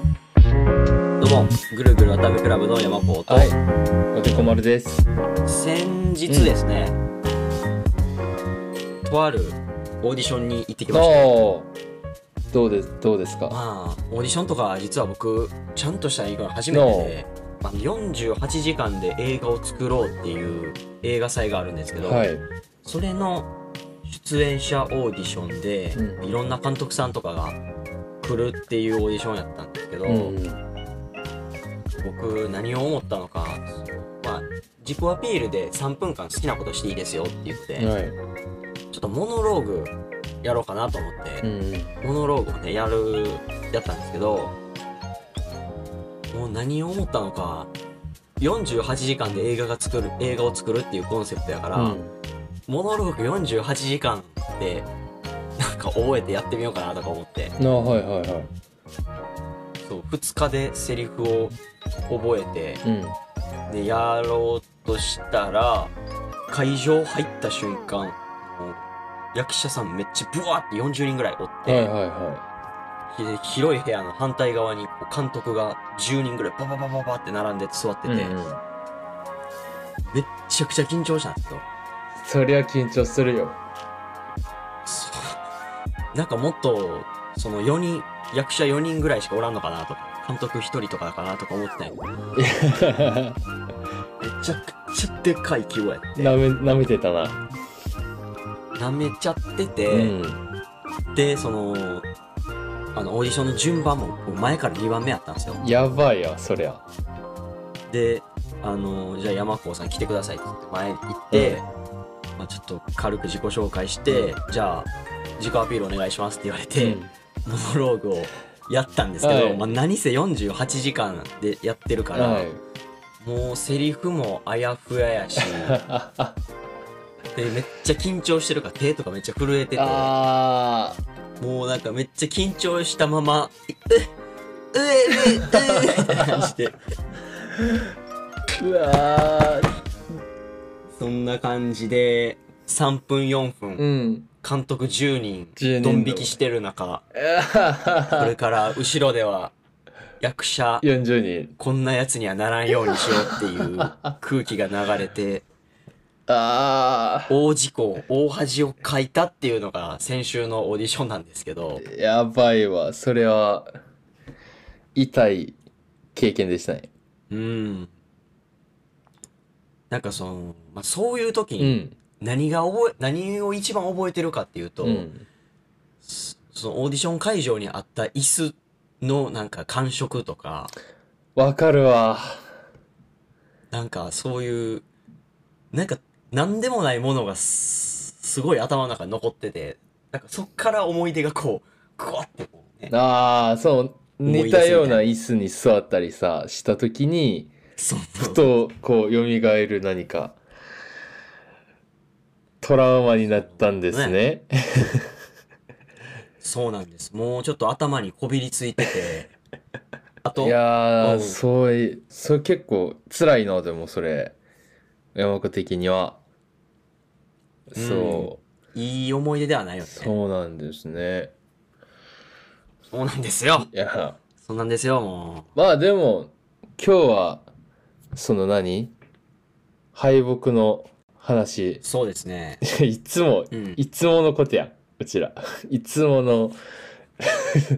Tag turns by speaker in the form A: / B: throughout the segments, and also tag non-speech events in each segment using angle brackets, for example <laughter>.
A: どうも、ぐるぐるわためクラブの山ポーと、
B: はい。おてこまるです。
A: 先日ですね、とあるオーディションに行ってき
B: あ
A: ました。
B: ーどうです、どうですか
A: まあ、オーディションとか実は僕、ちゃんとした映画が初めてで、まあ、48時間で映画を作ろうっていう映画祭があるんですけど、
B: はい。
A: それの出演者オーディションで、
B: うん
A: いろんな監督さんとかが来るっていうオーディションやったんですけど、
B: うん。
A: 僕何を思ったのか、まあ、自己アピールで3分間好きなことしていいですよって言って、ちょ
B: はい。
A: っとモノローグやろうかなと思って
B: う、ん。
A: モノローグをね、やる、やったんですけど、もう何を思ったのか、48時間で映画が作る、映画を作るっていうコンセプトやから、
B: うん
A: モノローグ48時間で、なんか覚えてやってみようかなとか思って、
B: あ、はいはいは
A: そう、2日でセリフを覚えて、
B: い。うん。
A: でやろうとしたら会場入った瞬間もう役者さんめっちゃブワーって40人ぐらいおって、
B: はいはいは
A: で広い部屋の反対側にこう監督が10人ぐらいバババババって並んで座って
B: い。
A: て、
B: うん
A: めっ
B: うん
A: ちゃくちゃ緊張したんですよ
B: そりゃ緊張する <laughs> よ。
A: そうなんかもっとその4人役者4人ぐらいしかおらんのかなとか監督1人とかかなとか思ってたんやけどめちゃくちゃでかい規模やって
B: なめ、なめてたな。
A: なめちゃってて、
B: うん。
A: でそのあのオーディションの順番もこう前から2番目やったんですよ
B: やばいよ、そりゃ。
A: であのじゃあ山高さん来てくださいって言って前に行って、まあ、ちょっと軽く自己紹介して、じゃあ自己アピールお願いしますって言われて、
B: うん
A: モノローグをやったんですけど、
B: はい
A: まあ、何せ48時間でやってるから、
B: はい。
A: もうセリフもあやふやや
B: <laughs>
A: しでめっちゃ緊張してるから手とかめっちゃ震えてて
B: あ
A: もうなんかめっちゃ緊張したまま、うっ、うえ、うえ、うえ、みたいな感じで、
B: ー。うわー。
A: そんな感じで、3分4
B: う
A: 分、
B: ん。
A: 監督10人
B: 10、人
A: ドン引きしてる中、これから後ろでは、役者、
B: 40人。
A: こんなやつにはならんようにしようっていう空気が流れて、
B: あ
A: 大事故、大恥をかいたっていうのが先週のオーディションなんですけど、
B: ー。やばいわ、それは。痛い経験でしたね。
A: うん。なんかその、まあ、そういう時
B: う
A: に、
B: ん。
A: 何が覚え、何を一番覚えてるかっていうと、
B: うん。
A: そそのオーディション会場にあった椅子のなんか感触とか、
B: わかるわ。
A: なんかそういう、なんか何でもないものがすすごい頭の中に残ってて、なんかそっから思い出がこう、ぐわってこうね、
B: ああ、そう、
A: 思い出す
B: 似たような椅子に座ったりさ、したときに、
A: そう
B: ふと、こう、蘇る何か、トラウマになったんですね。
A: そうなんです。もうちょっと頭にこびりついて <laughs> て、あと、
B: いや
A: う
B: ー、
A: ん
B: そうい、それ結構辛いな、でもそれ、山子的には。
A: うん
B: そ
A: いい思い出ではないよ
B: う、
A: ね。そう
B: そうなんですね。
A: なんですよ。
B: いや、
A: そうなんですよ、も
B: まあでも、今日は、その何敗北の話 <laughs>
A: う。、そうですね。
B: いつも
A: うん。
B: いつものことや、うちら。 <laughs> いつもの。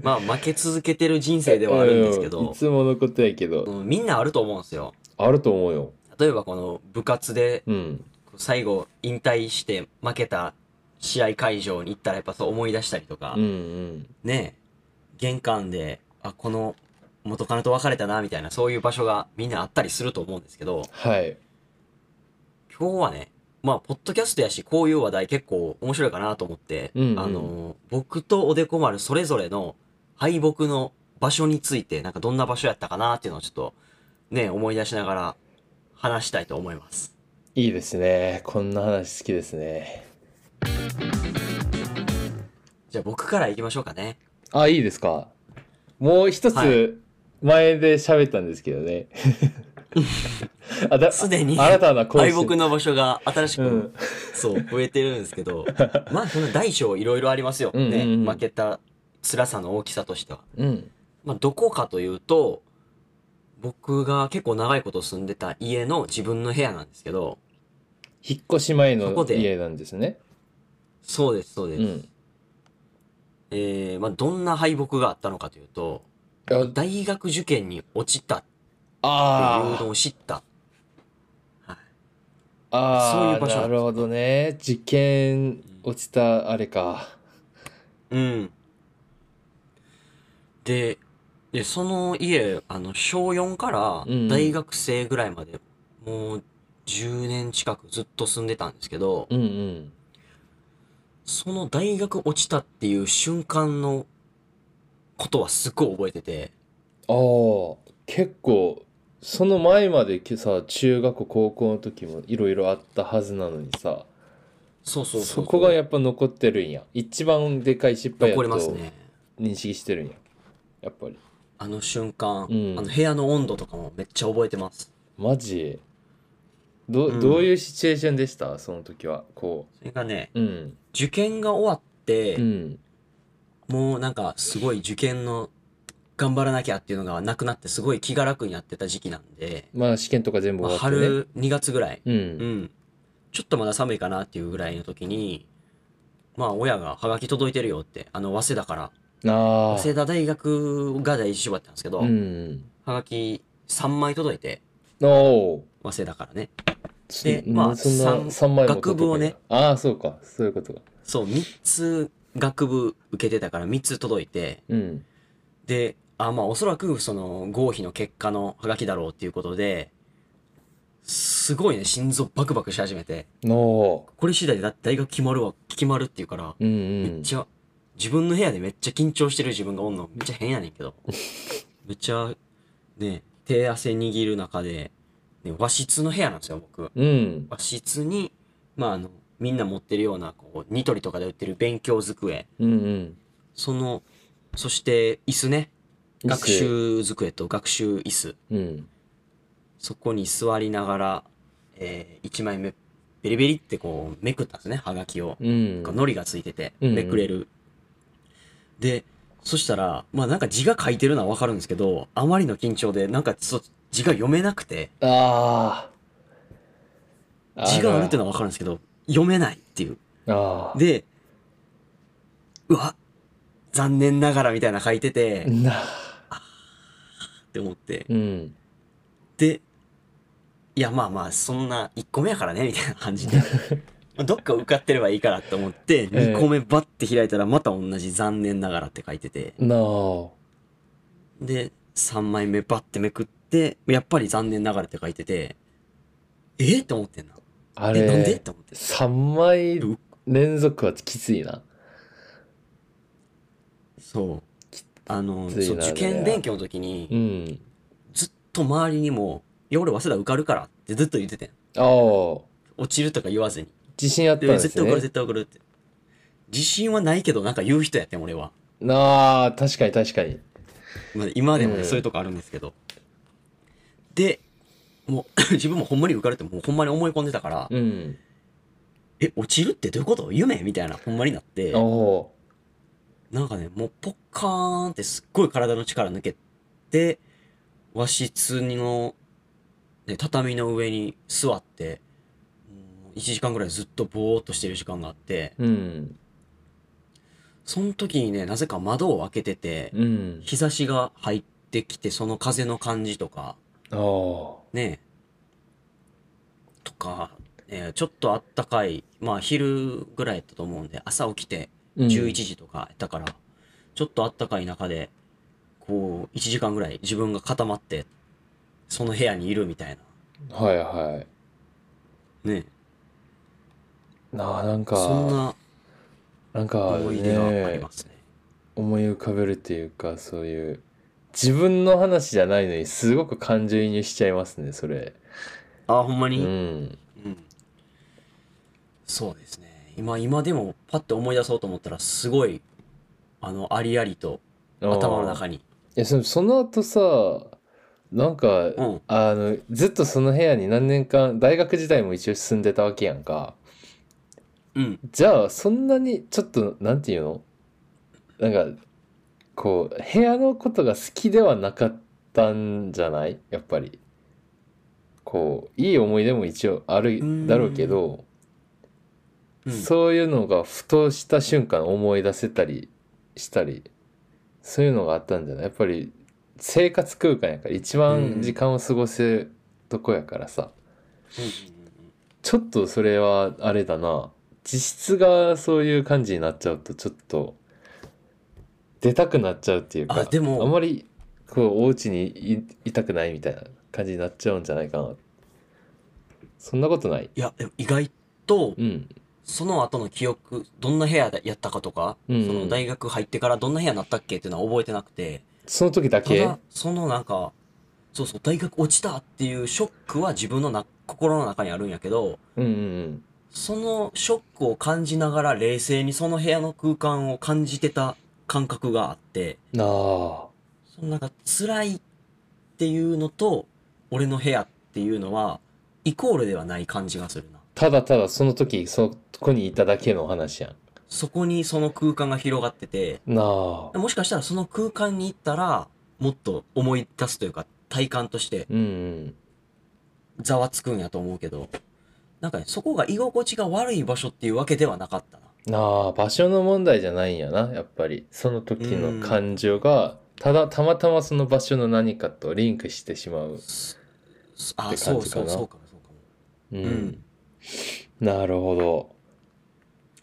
A: まあ負け続けてる人生ではあるんですけ
B: うんい
A: ど、
B: つものことやけど、
A: うんみんなあると思うんですよ。
B: あると思うよ。
A: 例えばこの部活で
B: うん。
A: 最後引退して負けた試合会場に行ったらやっぱそう思い出したりとか、
B: うんうん。
A: ねえ玄関で、あ、この元カノと別れたなみたいなそういう場所がみんなあったりすると思うんですけど、
B: はい。
A: 今日はね、まあ、ポッドキャストやし、こういう話題結構面白いかなと思って、
B: うんうん
A: あの、僕とおでこ丸それぞれの敗北の場所について、なんかどんな場所やったかなっていうのをちょっと、ね、思い出しながら話したいと思います。
B: いいですね。こんな話好きですね。
A: じゃあ僕から行きましょうかね。
B: あ、いいですか。もう一
A: はい
B: つ前で喋ったんですけどね。 <laughs> あ
A: <laughs>
B: だ
A: すでに
B: 新たな
A: 敗
B: 恋
A: 北の場所が新しく、
B: うん
A: そう増えてるんですけ
B: <laughs>
A: どまあその大小いろいろありますよ、
B: うんうん
A: ね
B: うん
A: 負けた辛さの大きさとしては、
B: うん
A: まあ、どこかというと僕が結構長いこと住んでた家の自分の部屋なんですけど
B: 引っ越し前
A: そ
B: の
A: こで
B: 家なんですね
A: そうですそうで
B: う
A: す、
B: ん
A: えーまあ、どんな敗北があったのかというと
B: あ
A: 大学受験に落ちたっていうの
B: あ
A: を知った
B: ーあ
A: そう
B: ー
A: いう場所
B: なるほどね事件落ちたあれか
A: うんででその家あの小4から
B: うんうん
A: 大学生ぐらいまで、もう10年近くずっと住んでたんですけど、
B: うんうん
A: その大学落ちたっていう瞬間のことはすっごい覚えてて
B: ああ結構その前までけさ中学校高校の時もいろいろあったはずなのにさ
A: そうそうそう
B: そこがやっぱ残ってるんや一番でかい失敗や
A: 残り
B: と
A: ますね
B: 認識してるんややっぱり
A: あの瞬間、
B: うん
A: あの部屋の温度とかもめっちゃ覚えてます
B: マジど,、
A: う
B: うんどういうシチュエーションでしたその時はこ
A: それがね
B: ううん
A: 受験が終わって、
B: うん
A: もうなんかすごい受験の頑張らなきゃっていうのがなくなってすごい気が楽になってた時期なんで、
B: まあ試験とか全部
A: まあ、
B: 終わってね
A: 春2月ぐらい、
B: う
A: うんん、ちょっとまだ寒いかなっていうぐらいの時にまあ親が「はがき届いてるよ」ってあの早稲田から
B: ああ
A: 早稲田大学が第一志望だったんですけど、
B: うん
A: はがき3枚届いて
B: おお
A: 早稲田からね
B: ー
A: で
B: うん
A: まあ
B: そんな
A: 三
B: 三枚も
A: 学部をね
B: 取っとくんやああそうかそういうことか
A: そう3つ学部受けてたから3つ届いて
B: うん
A: で、あ、まあ、おそらく、その、合否の結果のハガキだろうっていうことで、すごいね、心臓バクバクし始めて、
B: のお
A: これ次第でだって大学決まるわ、決まるっていうから、
B: うんう
A: め
B: ん
A: っちゃ、自分の部屋でめっちゃ緊張してる自分がおんの、めっちゃ変やねんけど、めっちゃ、ね、手汗握る中で、ね、和室の部屋なんですよ、僕。
B: うん
A: 和室に、まあ、あの、みんな持ってるような、こう、ニトリとかで売ってる勉強机、
B: うんうん
A: その、そして、椅子ね、
B: 椅子
A: 学習机と学習椅子
B: うん
A: そこに座りながら、え1枚目ベリベリってこうめくったんですねはがきを、
B: うん
A: なんか糊がついてて
B: うんうん
A: めくれる、でそしたらまあなんか字が書いてるのはわかるんですけどあまりの緊張でなんかそ字が読めなくて
B: ああ
A: 字があるっていうのはわかるんですけど読めないっていう
B: ああ
A: でうわ残念ながらみたいな書いてて
B: な
A: って思って
B: うん
A: で、いやまあまあ、そんな1個目やからね、みたいな感
B: <laughs>
A: じで。どっか受かってればいいからって思って、
B: ええ
A: 2個目バッて開いたらまた同じ残念ながらって書いてて。
B: なあ
A: で、3枚目バッてめくって、やっぱり残念ながらって書いてて、えって思ってんな。
B: あ
A: え、なんでっ
B: れ
A: て思って。
B: 三枚連続はきついな
A: そう。あの、
B: きついな
A: そう
B: あれ
A: 受験勉強の時
B: う
A: に、
B: ん
A: ずっと周りにも、いや俺早稲田受かるからってずっと言っててん。
B: ああ
A: 落ちるとか言わずに。
B: 自信あった
A: で
B: んで
A: 絶
B: す
A: 対送る
B: ね
A: 絶対送るって自信はないけどなんか言う人やってん俺は、
B: なあ確かに確かに
A: まあ、今でもね、
B: うん
A: そういうとこあるんですけどでもう <laughs> 自分もほんまに受かるってもうほんまに思い込んでたから、
B: うん
A: え落ちるってどういうこと夢みたいなほんまになって
B: おお
A: なんかねもうポッカーンってすっごい体の力抜けて和室の、ね、畳の上に座って1時間ぐらいずっとぼーっとしてる時間があって
B: うん
A: その時にねなぜか窓を開けてて、
B: うん
A: 日差しが入ってきて、その風の感じとか、
B: ああ
A: ね、とか、えーちょっとあったかい、まあ昼ぐらいだったと思うんで、朝起きて
B: うん
A: 11時とかやったから、ちょっとあったかい中で、こう、1時間ぐらい自分が固まって、その部屋にいるみたい
B: はいは
A: な。ね、
B: いなあなんか
A: そんな
B: なんか
A: 思い出があり
B: ね
A: ますね。
B: 思い浮かべるっていうかそういう自分の話じゃないのにすごく感情移入しちゃいますねそれ
A: あ、ほんま
B: う
A: に、
B: ん
A: うんそうですね。今、今でもパッて思い出そうと思ったら、すごい、あの、ありありと、頭の
B: ああ
A: 中に。
B: いやそのその後さなんか、
A: うん
B: あの、ずっとその部屋に何年間、大学時代も一応住んでたわけやんか。
A: うん
B: じゃあ、そんなに、ちょっと、なんていうのなんか、こう、部屋のことが好きではなかったんじゃないやっぱり。こう、いい思い出も一応あるだろうけど、
A: うん
B: そういうのがふとした瞬間思い出せたりしたり、そういうのがあったんじゃないやっぱり生活空間やから一
A: う
B: 番
A: ん
B: 時間を過ごせとこやからさ、
A: うん
B: ちょっとそれはあれだな、実質がそういう感じになっちゃうとちょっと出たくなっちゃうっていうか、
A: あでも
B: あんまりこうお家にい、いたくないみたいな感じになっちゃうんじゃないかな。そんなことない
A: いやでも意外と
B: うん。
A: その後の記憶どんな部屋やったかとか、
B: うん
A: その大学入ってからどんな部屋になったっけっていうのは覚えてなくて
B: その時だ
A: た
B: け
A: だそのなんかそうそう大学落ちたっていうショックは自分のな心の中にあるんやけど
B: うんうんうん。
A: そのショックを感じながら冷静にその部屋の空間を感じてた感覚があって
B: なあ。
A: そのなんか辛いっていうのと俺の部屋っていうのはイコールではない感じがするな
B: ただただその時そこにいただけの話やん。
A: そこにその空間が広がってて
B: なあ。
A: もしかしたらその空間に行ったらもっと思い出すというか体感として
B: うんうん。
A: ざわつくんやと思うけどなんかねそこが居心地が悪い場所っていうわけではなかったな
B: なあ、場所の問題じゃないんやな、やっぱり。その時の感情が、ただたまたまその場所の何かとリンクしてしまう。っ
A: あ
B: て
A: そ
B: 感
A: う
B: じ
A: そ
B: か
A: う
B: な
A: そうかもそうかも
B: う
A: うんん。
B: なるほど。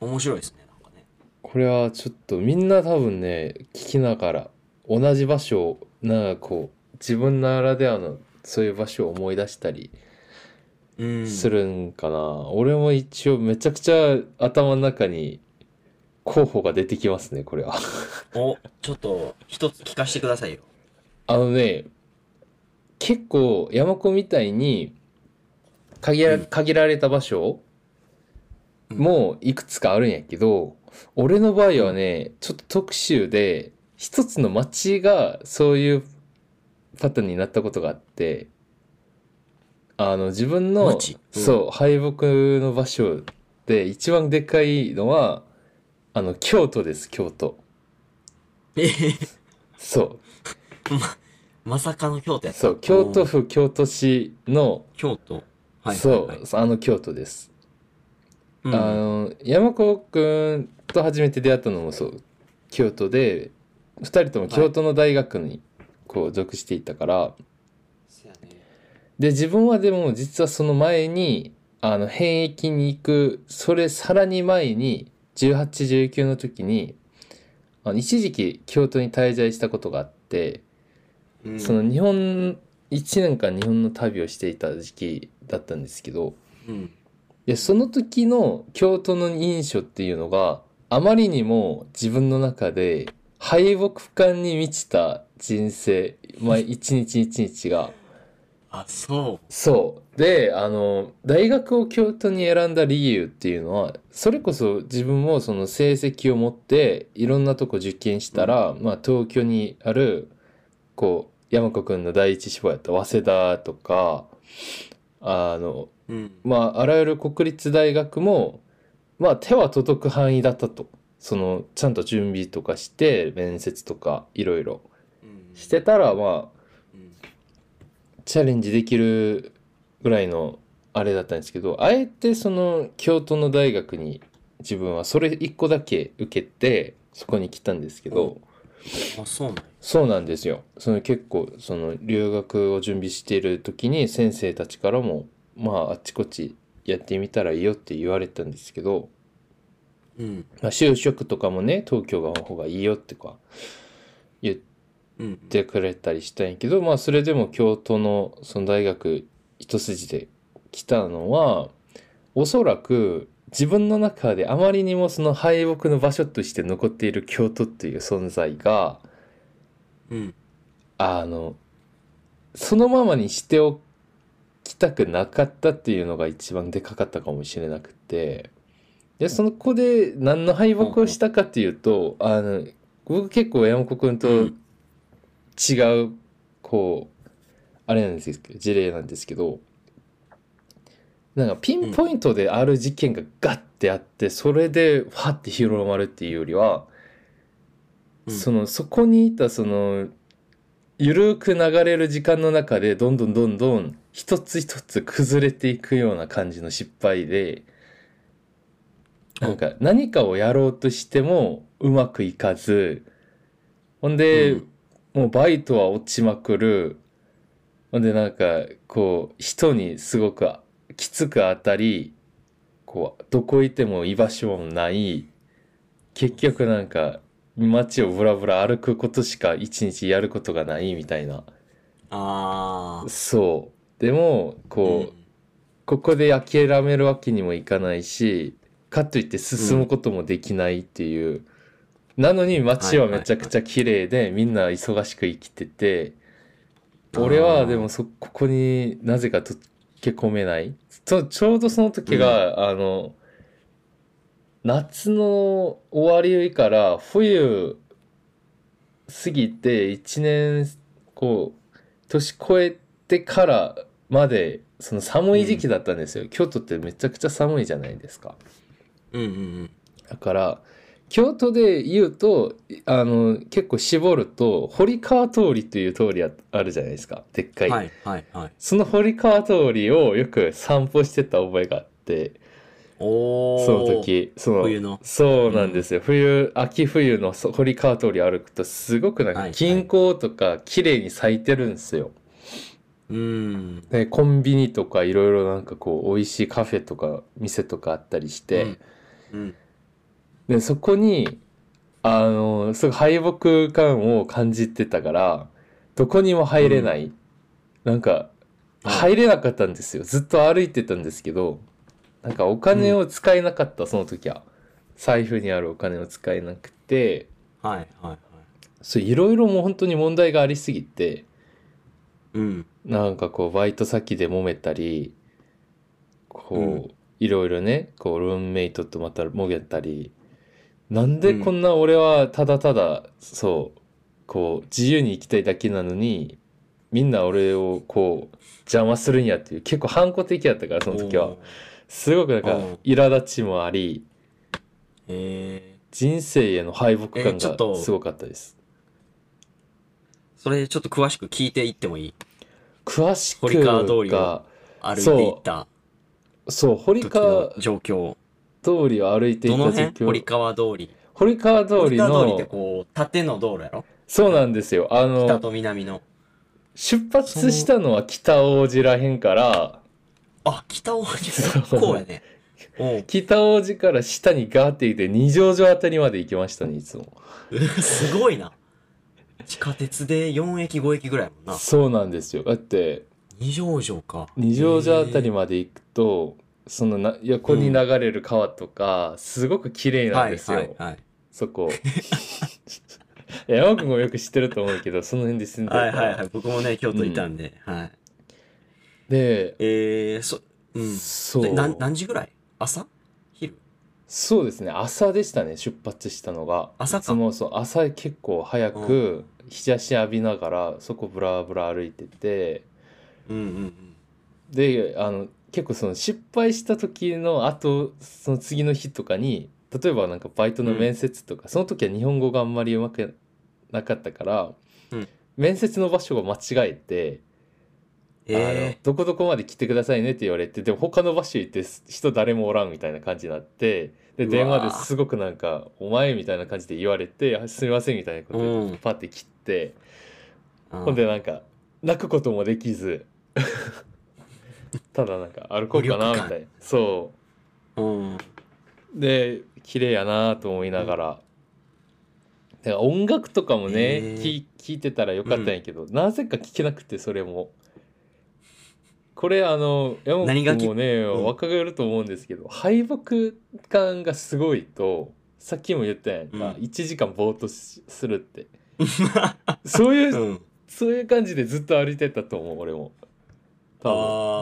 A: 面白いですねなんかね
B: これはちょっとみんな多分ね、聞きながら、同じ場所を、なんかこう、自分ならではの、そういう場所を思い出したり、
A: うん
B: するんかな、俺も一応めちゃくちゃ頭の中に候補が出てきますねこれは
A: おちょっと一つ聞かせてくださいよ <laughs>
B: あのね結構山子みたいに限ら,、
A: うん
B: 限られた場所
A: うん
B: もいくつかあるんやけど俺の場合はねちょっと特殊で一つの町がそういうパターンになったことがあってあの自分の、
A: 町うん
B: そう敗北の場所で一番でかいのはあの京都です京都
A: えへへ
B: そう
A: まさかの京都やった
B: そう京都
A: うん
B: 府京都市の
A: 京都はい
B: そうあの京都です、
A: う
B: あ
A: ん
B: の山子くんと初めて出会ったのもそう京都で2人とも京都の大学にこう属していたから、
A: せやね
B: で自分はでも実はその前にあの変役に行くそれさらに前に1819の時にあの一時期京都に滞在したことがあって
A: うん
B: その日本1年間日本の旅をしていた時期だったんですけど
A: うん
B: でその時の京都の印象っていうのがあまりにも自分の中で敗北感に満ちた人生、まあ、一日一日が。
A: あそ
B: そう。で、あの、大学を京都に選んだ理由っていうのは、それこそ自分もその成績を持って、いろんなとこ受験したら、まあ東京にある、こう、山子くんの第一志望やった早稲田とか、あの、
A: ううん
B: まあ、あらゆる国立大学も、まあ、手は届く範囲だったと。その、ちゃんと準備とかして、面接とか、いろいろ
A: うん
B: してたら、まあ、
A: うん
B: チャレンジできるぐらいのあれだったんですけどあえてその京都の大学に自分はそれ1個だけ受けてそこに来たんですけど、
A: あそうなんや
B: そうなんですよその結構その留学を準備している時に先生たちからもまああっちこっちやってみたらいいよって言われたんですけど、
A: うん
B: まあ、就職とかもね東京が方がいいよってか言って。
A: うん
B: 行ってくれたりしたんやけど、まあ、それでも京都のその大学一筋で来たのはおそらく自分の中であまりにもその敗北の場所として残っている京都っていう存在が
A: うん
B: あのそのままにしておきたくなかったっていうのが一番でかかったかもしれなくてでそこで何の敗北をしたかっていうとあの僕結構山子くんと
A: うん
B: 違うこうあれなんですけど事例なんですけどなんかピンポイントである事件がガッてあってそれでファッて広まるっていうよりは、
A: うん
B: そのそこにいたそのゆるく流れる時間の中でどんどんどんどん一つ一つ崩れていくような感じの失敗でなんか何かをやろうとしてもうまくいかずほんで、
A: うん
B: もうバイトは落ちまくるほんでなんかこう人にすごくきつく当たりこうどこいても居場所もない結局なんか街をぶらぶら歩くことしか一日やることがないみたいな
A: あー
B: そうでもこう、ここで諦めるわけにもいかないしかといって進むこともできないっていう、なのに街はめちゃくちゃ綺麗で、みんな忙しく生きてて
A: あー
B: 俺はでもそここになぜか溶け込めないとちょうどその時が、あの夏の終わりから冬過ぎて1年こう年越えてからまでその寒い時期だったんですよ、京都ってめちゃくちゃ寒いじゃないですか
A: うんうんうん
B: だから京都で言うといあの結構絞ると堀川通りという通りああるじゃないですかでっか
A: う
B: い、
A: んはいはいはい
B: その堀川通りをよく散歩してた覚えがあって
A: おお
B: その時その
A: 冬の
B: そうなんですよ、冬秋冬のそ堀川通り歩くとすごくな
A: は
B: ん
A: いは
B: か
A: い
B: 銀行とか綺麗に咲いてるんですよ、
A: うん
B: ね、コンビニとかいろいろなんかこう美味しいカフェとか店とかあったりして、
A: うん
B: でそこにあのすごい敗北感を感じてたからどこにも入れない、なんか
A: うん
B: 入れなかったんですよずっと歩いてたんですけどなんかお金を使えなかった、その時は財布にあるお金を使えなくて
A: はいはいはい
B: そういろいろもう本当に問題がありすぎて
A: うん
B: なんかこうバイト先で揉めたりこういろいろねこうルームメイトとまたもげたりなんでこんな俺はただただそうこう自由に生きたいだけなのにみんな俺をこう邪魔するんやっていう結構反抗的やったからその時は
A: おー
B: すごくなんか
A: うん
B: 苛立ちもあり
A: えー
B: 人生への敗北
A: え
B: 感
A: ちょっと
B: がすごかったです。
A: それちょっと詳しく聞いていってもいい
B: 詳しく
A: 堀川通り
B: が
A: を歩いていった
B: そう堀
A: 時
B: 川
A: の状況
B: 通りを歩いてい
A: ど
B: た
A: の
B: 時
A: 辺
B: は
A: 堀川通り
B: 堀川通り
A: 堀川通りって
B: の
A: こう縦の道路やろ
B: そうなんですよあ
A: 北
B: の
A: と南の
B: 出発したのは北王子らへんから
A: あ北王子
B: そう
A: 結構やねおう
B: 北王子から下にガーって行って二条城あたりまで行きましたねいつも
A: すごいな。地下鉄で4駅5駅ぐらいやもんな。
B: そうなんですよだって
A: 二条城か。
B: 二条城あたり
A: も。
B: まで行くとそのな横に流れる川とか、すごく綺麗な
A: は
B: ん
A: い
B: ですよ、
A: はいはい。
B: そこ <laughs> いや山君もよく知ってると思うけどその辺で住んでる
A: は
B: か
A: い
B: ら、
A: はいはい。僕もね、京都いたんで。はい。
B: で、
A: えー、そ、うん。
B: そう
A: でなん何時ぐらい朝昼
B: そうですね朝でしたね出発したのが
A: 朝か
B: いつもそう朝結構早く日差し浴びながらそこブラブラ歩いてて
A: うんうんうん。
B: であの結構その失敗した時のあとその次の日とかに例えばなんかバイトの面接とか、その時は日本語があんまりうまくなかったから、
A: うん
B: 面接の場所を間違えて、あの
A: え
B: どこどこまで来てくださいねって言われてでも他の場所行ってす人誰もおらんみたいな感じになってで
A: うわー
B: 電話ですごくなんか「お前」みたいな感じで言われてあ「すみません」みたいなこと
A: うん
B: でパッて切って、
A: ー。
B: ほんでなんか泣くこともで
A: <laughs>
B: きずただなんか歩こうかなみ
A: 無力感
B: たいなそ
A: うん。
B: うで綺麗やなと思いながら、だから音楽とかもね、
A: へー
B: き聞いてたらよかったんやけど、なぜか聞けなくてそれもこれあの山
A: 何が
B: 本
A: き
B: 君もね
A: うん
B: 若返ると思うんですけど、敗北感がすごいとさっきも言ったやんか、
A: うん
B: 1時間ぼーっとしするって
A: <laughs>
B: そういう
A: うん。
B: そういう感じでずっと歩いてたと思う俺も
A: あ
B: 多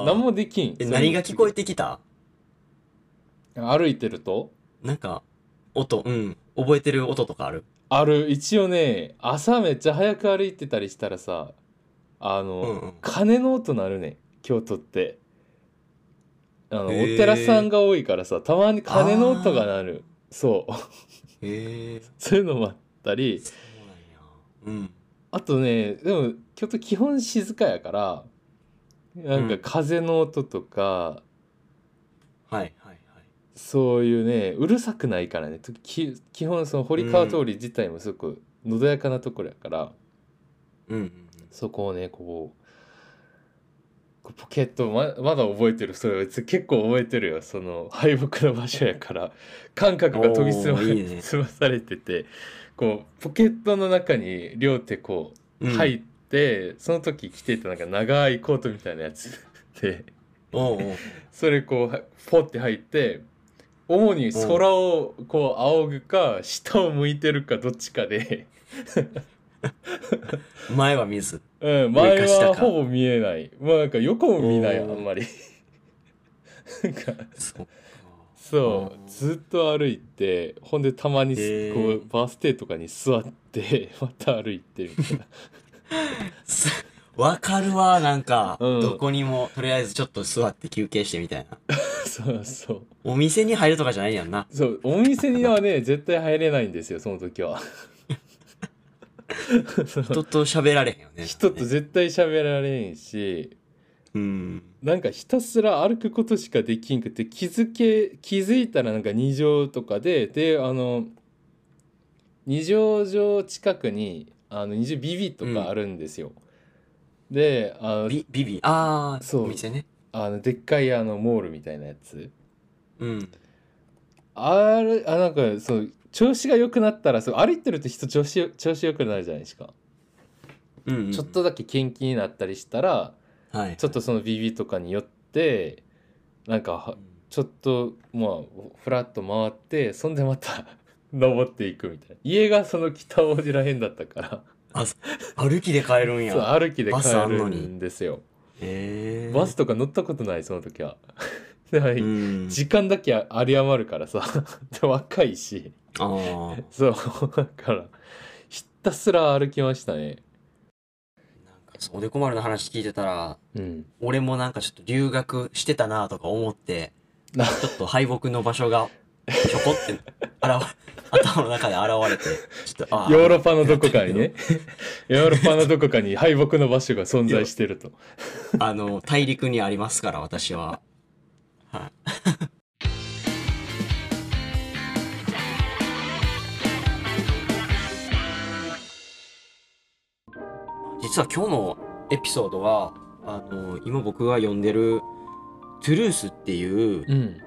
A: ー
B: 分何もできん
A: え、何が聞こえてきた
B: 歩いてると
A: なんか、音、うん。覚えてる音とかある
B: ある一応ね朝めっちゃ早く歩いてたりしたらさあの、
A: うんうん
B: 鐘の音鳴るねん京都ってあの、
A: へー
B: お寺さんが多いからさたまに鐘の音が鳴るそう <laughs>
A: へえ
B: そういうのもあったり
A: そうなんや
B: あとねでも京都基本静かやからなん
A: う
B: か
A: ん
B: 風の音とか、
A: うんはいはいはい
B: そういうねうるさくないからねとき基本その堀川通り自体もすごくのどやかなところやから、
A: うんうん
B: そこをねこうこうポケットままだ覚えてるそれつ結構覚えてるよその敗北の場所やから感覚が研ぎ澄ま
A: おーいいね
B: <laughs> 澄まされててこうポケットの中に両手こ
A: う
B: うん入って、その時着てたなんか長いコートみたいなやつで
A: おうおう
B: それこうはポッて入って主に空をこう仰ぐか下を向いてるかどっちかで。 <laughs>
A: 前は見ず
B: うん、
A: 上
B: 前
A: か下
B: は
A: か
B: ほぼ見えない。まあなんか横も見ない、あ
A: おー
B: んまり。 <laughs> なんか、
A: そうか
B: そ
A: おー
B: う、ずっと歩いて、ほんでたまにす
A: へー
B: こう、バス停とかに座って、 <laughs> また歩いてみたいな。 <laughs>
A: す <laughs> わかるわなんか、
B: うん
A: どこにもとりあえずちょっと座って休憩してみたいな
B: そうそう。
A: お店に入るとかじゃないやんな
B: そう、お店にはね、絶対入れないんですよ、その時は。その
A: 人と喋られへんよね
B: <laughs> 人と絶対喋られんし、
A: うん
B: なんかひたすら歩くことしかできんくて気づけ気づいたらなんか二条とかでであの二条城近くにあの二条ビビとかあるんですよ。であの
A: ビビビああ
B: そう
A: お店ね
B: あのでっかいあのモールみたいなやつ。
A: うん
B: あれあなんかそう調子が良くなったらそう歩いてると人調子よ調子良くなるじゃないですか。
A: うんうん
B: ちょっとだけ元気になったりしたら
A: はい
B: ちょっとそのビビとかに寄ってなんかはちょっとまあふらっと回ってそんでまた <laughs> 登っていくみたいな家がその北王子らへんだったから
A: あそ歩きで帰るん
B: そう
A: や
B: 歩きで
A: バ
B: 帰
A: スあん
B: る
A: のに
B: んですよ
A: へえ
B: バスとか乗ったことないその時は <laughs> だから
A: うん
B: 時間だけあり余るからさ <laughs> で若いし
A: あー
B: そうだからひたすら歩きましたね
A: なんかそうおでこ丸の話聞いてたら
B: うん
A: 俺もなんかちょっと留学してたなとか思ってちょっと敗北の場所がちょこ
B: <laughs>
A: って現れ頭の中で現れてちょっとあ
B: <laughs> ヨーロッパのどこかにねヨーロッパのどこかに敗北の場所が存在してると
A: あの大陸にありますから私は。はい実は今日のエピソードはあの今僕が読んでる「トゥルース」っていう
B: うん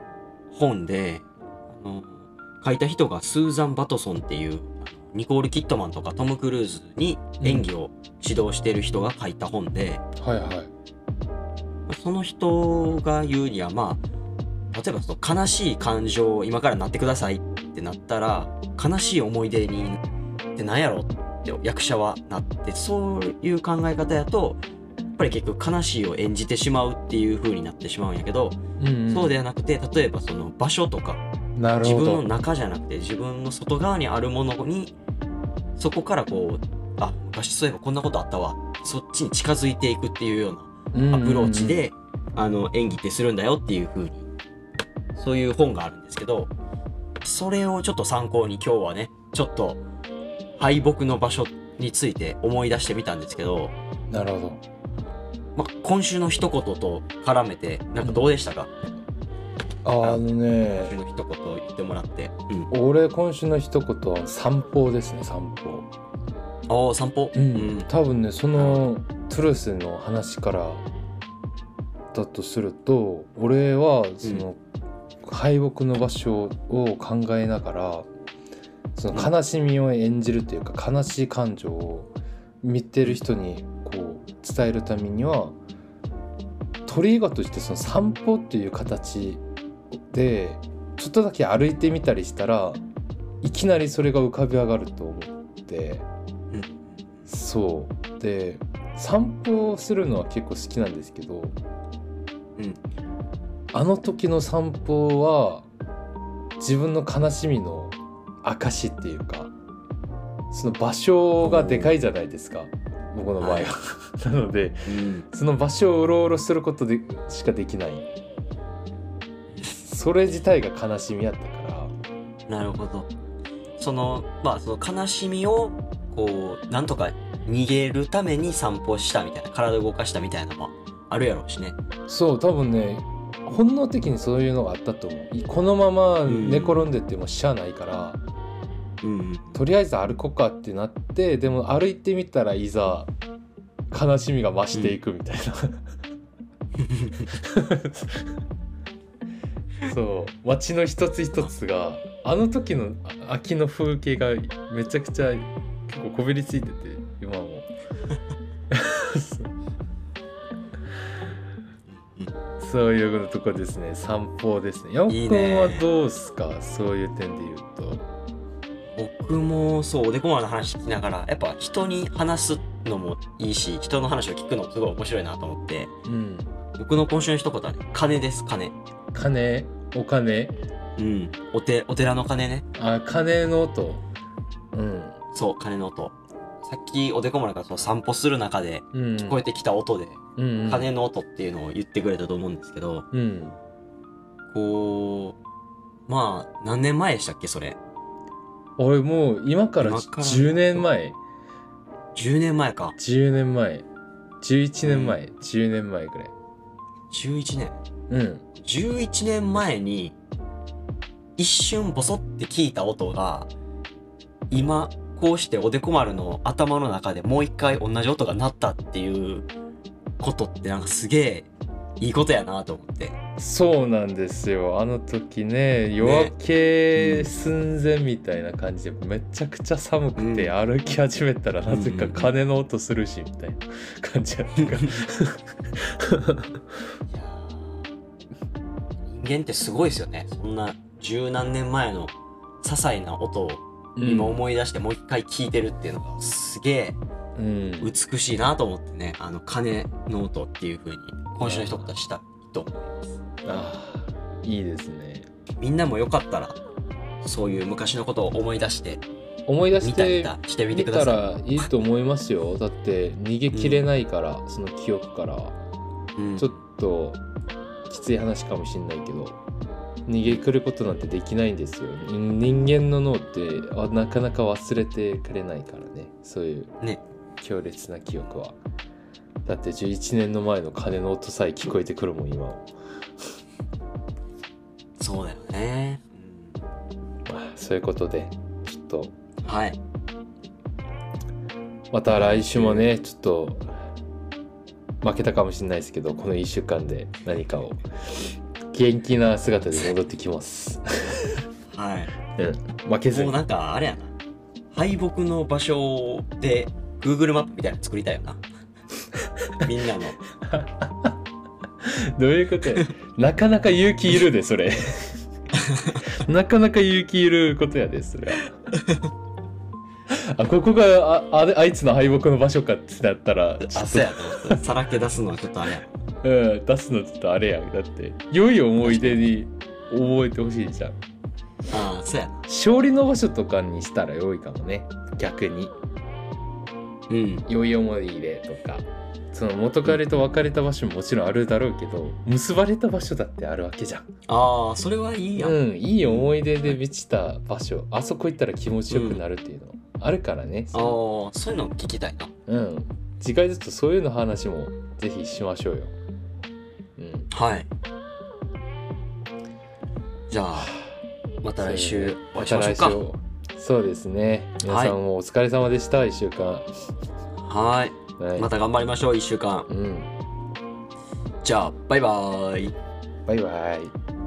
A: 本で、あの書いた人がスーザン・バトソンっていうあのニコール・キットマンとかトム・クルーズに演技を指導してる人が書いた本で、
B: はいはい
A: その人が言うにはまあ例えばその悲しい感情を今からなってくださいってなったら悲しい思い出にってなんやろって役者はなってそういう考え方やとやっぱり結局悲しいを演じてしまうっていう風になってしまうんやけど、
B: うんうん
A: そうではなくて例えばその場所とか
B: なる
A: 自
B: ほ
A: 分
B: ど
A: の中じゃなくて自分の外側にあるものにそこからこうあ昔そういえばこんなことあったわそっちに近づいていくっていうようなアプローチで、あの演技ってするんだよっていう風にそういう本があるんですけどそれをちょっと参考に今日はねちょっと敗北の場所について思い出してみたんですけど、
B: うんうんなるほど
A: まあ、今週の一言と絡めてなんかどうでしたか、
B: あ
A: あ
B: あの
A: 今週
B: ね
A: の一言言ってもらって、うん、
B: 俺今週の一言は散歩ですね散歩、
A: ああ散歩
B: 多分ねそのトゥルースの話からだとすると俺はその、敗北の場所を考えながらその悲しみを演じるというか悲しい感情を見てる人にこう伝えるためには鳥居画としてその散歩っていう形でちょっとだけ歩いてみたりしたらいきなりそれが浮かび上がると思って
A: うん
B: そうで散歩をするのは結構好きなんですけど、
A: うん
B: あの時の散歩は自分の悲しみの証っていうかその場所がでかいじゃないですか僕の場合は、
A: はい
B: <laughs> なので
A: うん
B: その場所をうろうろすることでしかできないそれ自体が悲しみやったから
A: なるほど。その、まあ、その悲しみを、こう、なんとか逃げるために散歩したみたいな、体を動かしたみたいなのもあるやろうしね。
B: そう多分ね本能的にそういうのがあったと思うこのまま寝転んでてもしゃあないから、
A: うん。
B: <laughs> とりあえず歩こうかってなってでも歩いてみたらいざ悲しみが増していくみたいな、 <laughs> そう街の一つ一つがあの時のあ秋の風景がめちゃくちゃ結構こびりついてて今
A: <laughs>
B: もそういうようなとこですね散歩ですね山本
A: いいね
B: 君はどうっすかそういう点で言うと
A: 僕もそう、おでこまるの話聞きながら、やっぱ人に話すのもいいし、人の話を聞くのもすごい面白いなと思って、
B: うん
A: 僕の今週の一言はね、金です、金。
B: 金お金
A: うん。おて、お寺の鐘ね。
B: あ鐘の音うん、
A: そう、鐘の音。さっきおでこまるがその散歩する中で、
B: うん、
A: 聞こえてきた音で、
B: うんうん、
A: 鐘の音っていうのを言ってくれたと思うんですけど、
B: うん
A: こう、まあ、何年前でしたっけ、それ。
B: 俺もう今から
A: 今から
B: 10年前
A: 10年前か。
B: 10年前11年前、
A: う
B: 10年前ぐらい
A: 11年。
B: うん
A: 11年前に、一瞬ボソって聞いた音が、今、こうしておでこ丸の頭の中でもう一回同じ音が鳴ったっていうことってなんかすげえいいことやなと思って。
B: そうなんですよあの時ね夜明け寸前みたいな感じでめちゃくちゃ寒くて
A: う
B: 歩き始めたらなぜか
A: うん
B: 鐘の音するしみたいな感じやったから
A: いやー人間ってすごいですよね。そんな十何年前の些細な音を <laughs> 今思い出してもう一回聞いてるっていうのがすげえ
B: うん、うん
A: 美しいなと思ってね、あの鐘の音っていう風に今週の一言はしたと思います。
B: あーいいですね
A: みんなもよかったらそういう昔のことを思い出して
B: 思い出
A: み
B: したて
A: りたしてみて
B: 見
A: くだ
B: た
A: さ
B: らいいと思いますよだって逃げきれないから、その記憶から
A: い。うん
B: ちょっときつい話かもしんないけど逃げくることなんてできないんですよ人人間の脳ってあなかなか忘れてくれないからねそういう
A: ね
B: 強烈な記憶は、だって11年の前の鐘の音さえ聞こえてくるもん今は
A: そうだよね。
B: まあそういうことでちょっと
A: うんはい。
B: また来週もねちょっと負けたかもしれないですけどこの1週間で何かを元気な姿で戻ってきます、 <laughs>
A: はい。
B: 負けず
A: もう
B: に
A: なんかあれやな敗北の場所で Google マップみたいなの作りたい
B: <laughs>
A: よなみんなの
B: どういうことやなかなか勇気いるでそれなかなか勇気いることやでそれはあここがああれあいつの敗北の場所かってなったらちょ
A: あ
B: っ
A: そうやと思ってさらけ出すのはちょっとあれや
B: と、うん、出すのちょっとあれやんだって良い思い出に覚えてほしいじゃん
A: ああそうやな
B: 勝利の場所とかにしたら良いかもね逆に
A: うん
B: 良い思い出とかその元彼と別れた場所ももちろんあるだろうけど結ばれた場所だってあるわけじゃん
A: ああそれはいいやん、
B: うんいい思い出で満ちた場所あそこ行ったら気持ちよくなるっていうの、あるからね
A: ああそういうの聞きたいな
B: うん次回ずっとそういうの話もぜひしましょうようん
A: はいじゃあまた来週お会いしましょう
B: また来週そうですね皆さんもお疲れ様でした、一1週間
A: かはい
B: はい
A: また頑張りましょう1週間
B: うん
A: じゃあバイバーイ
B: バイバイ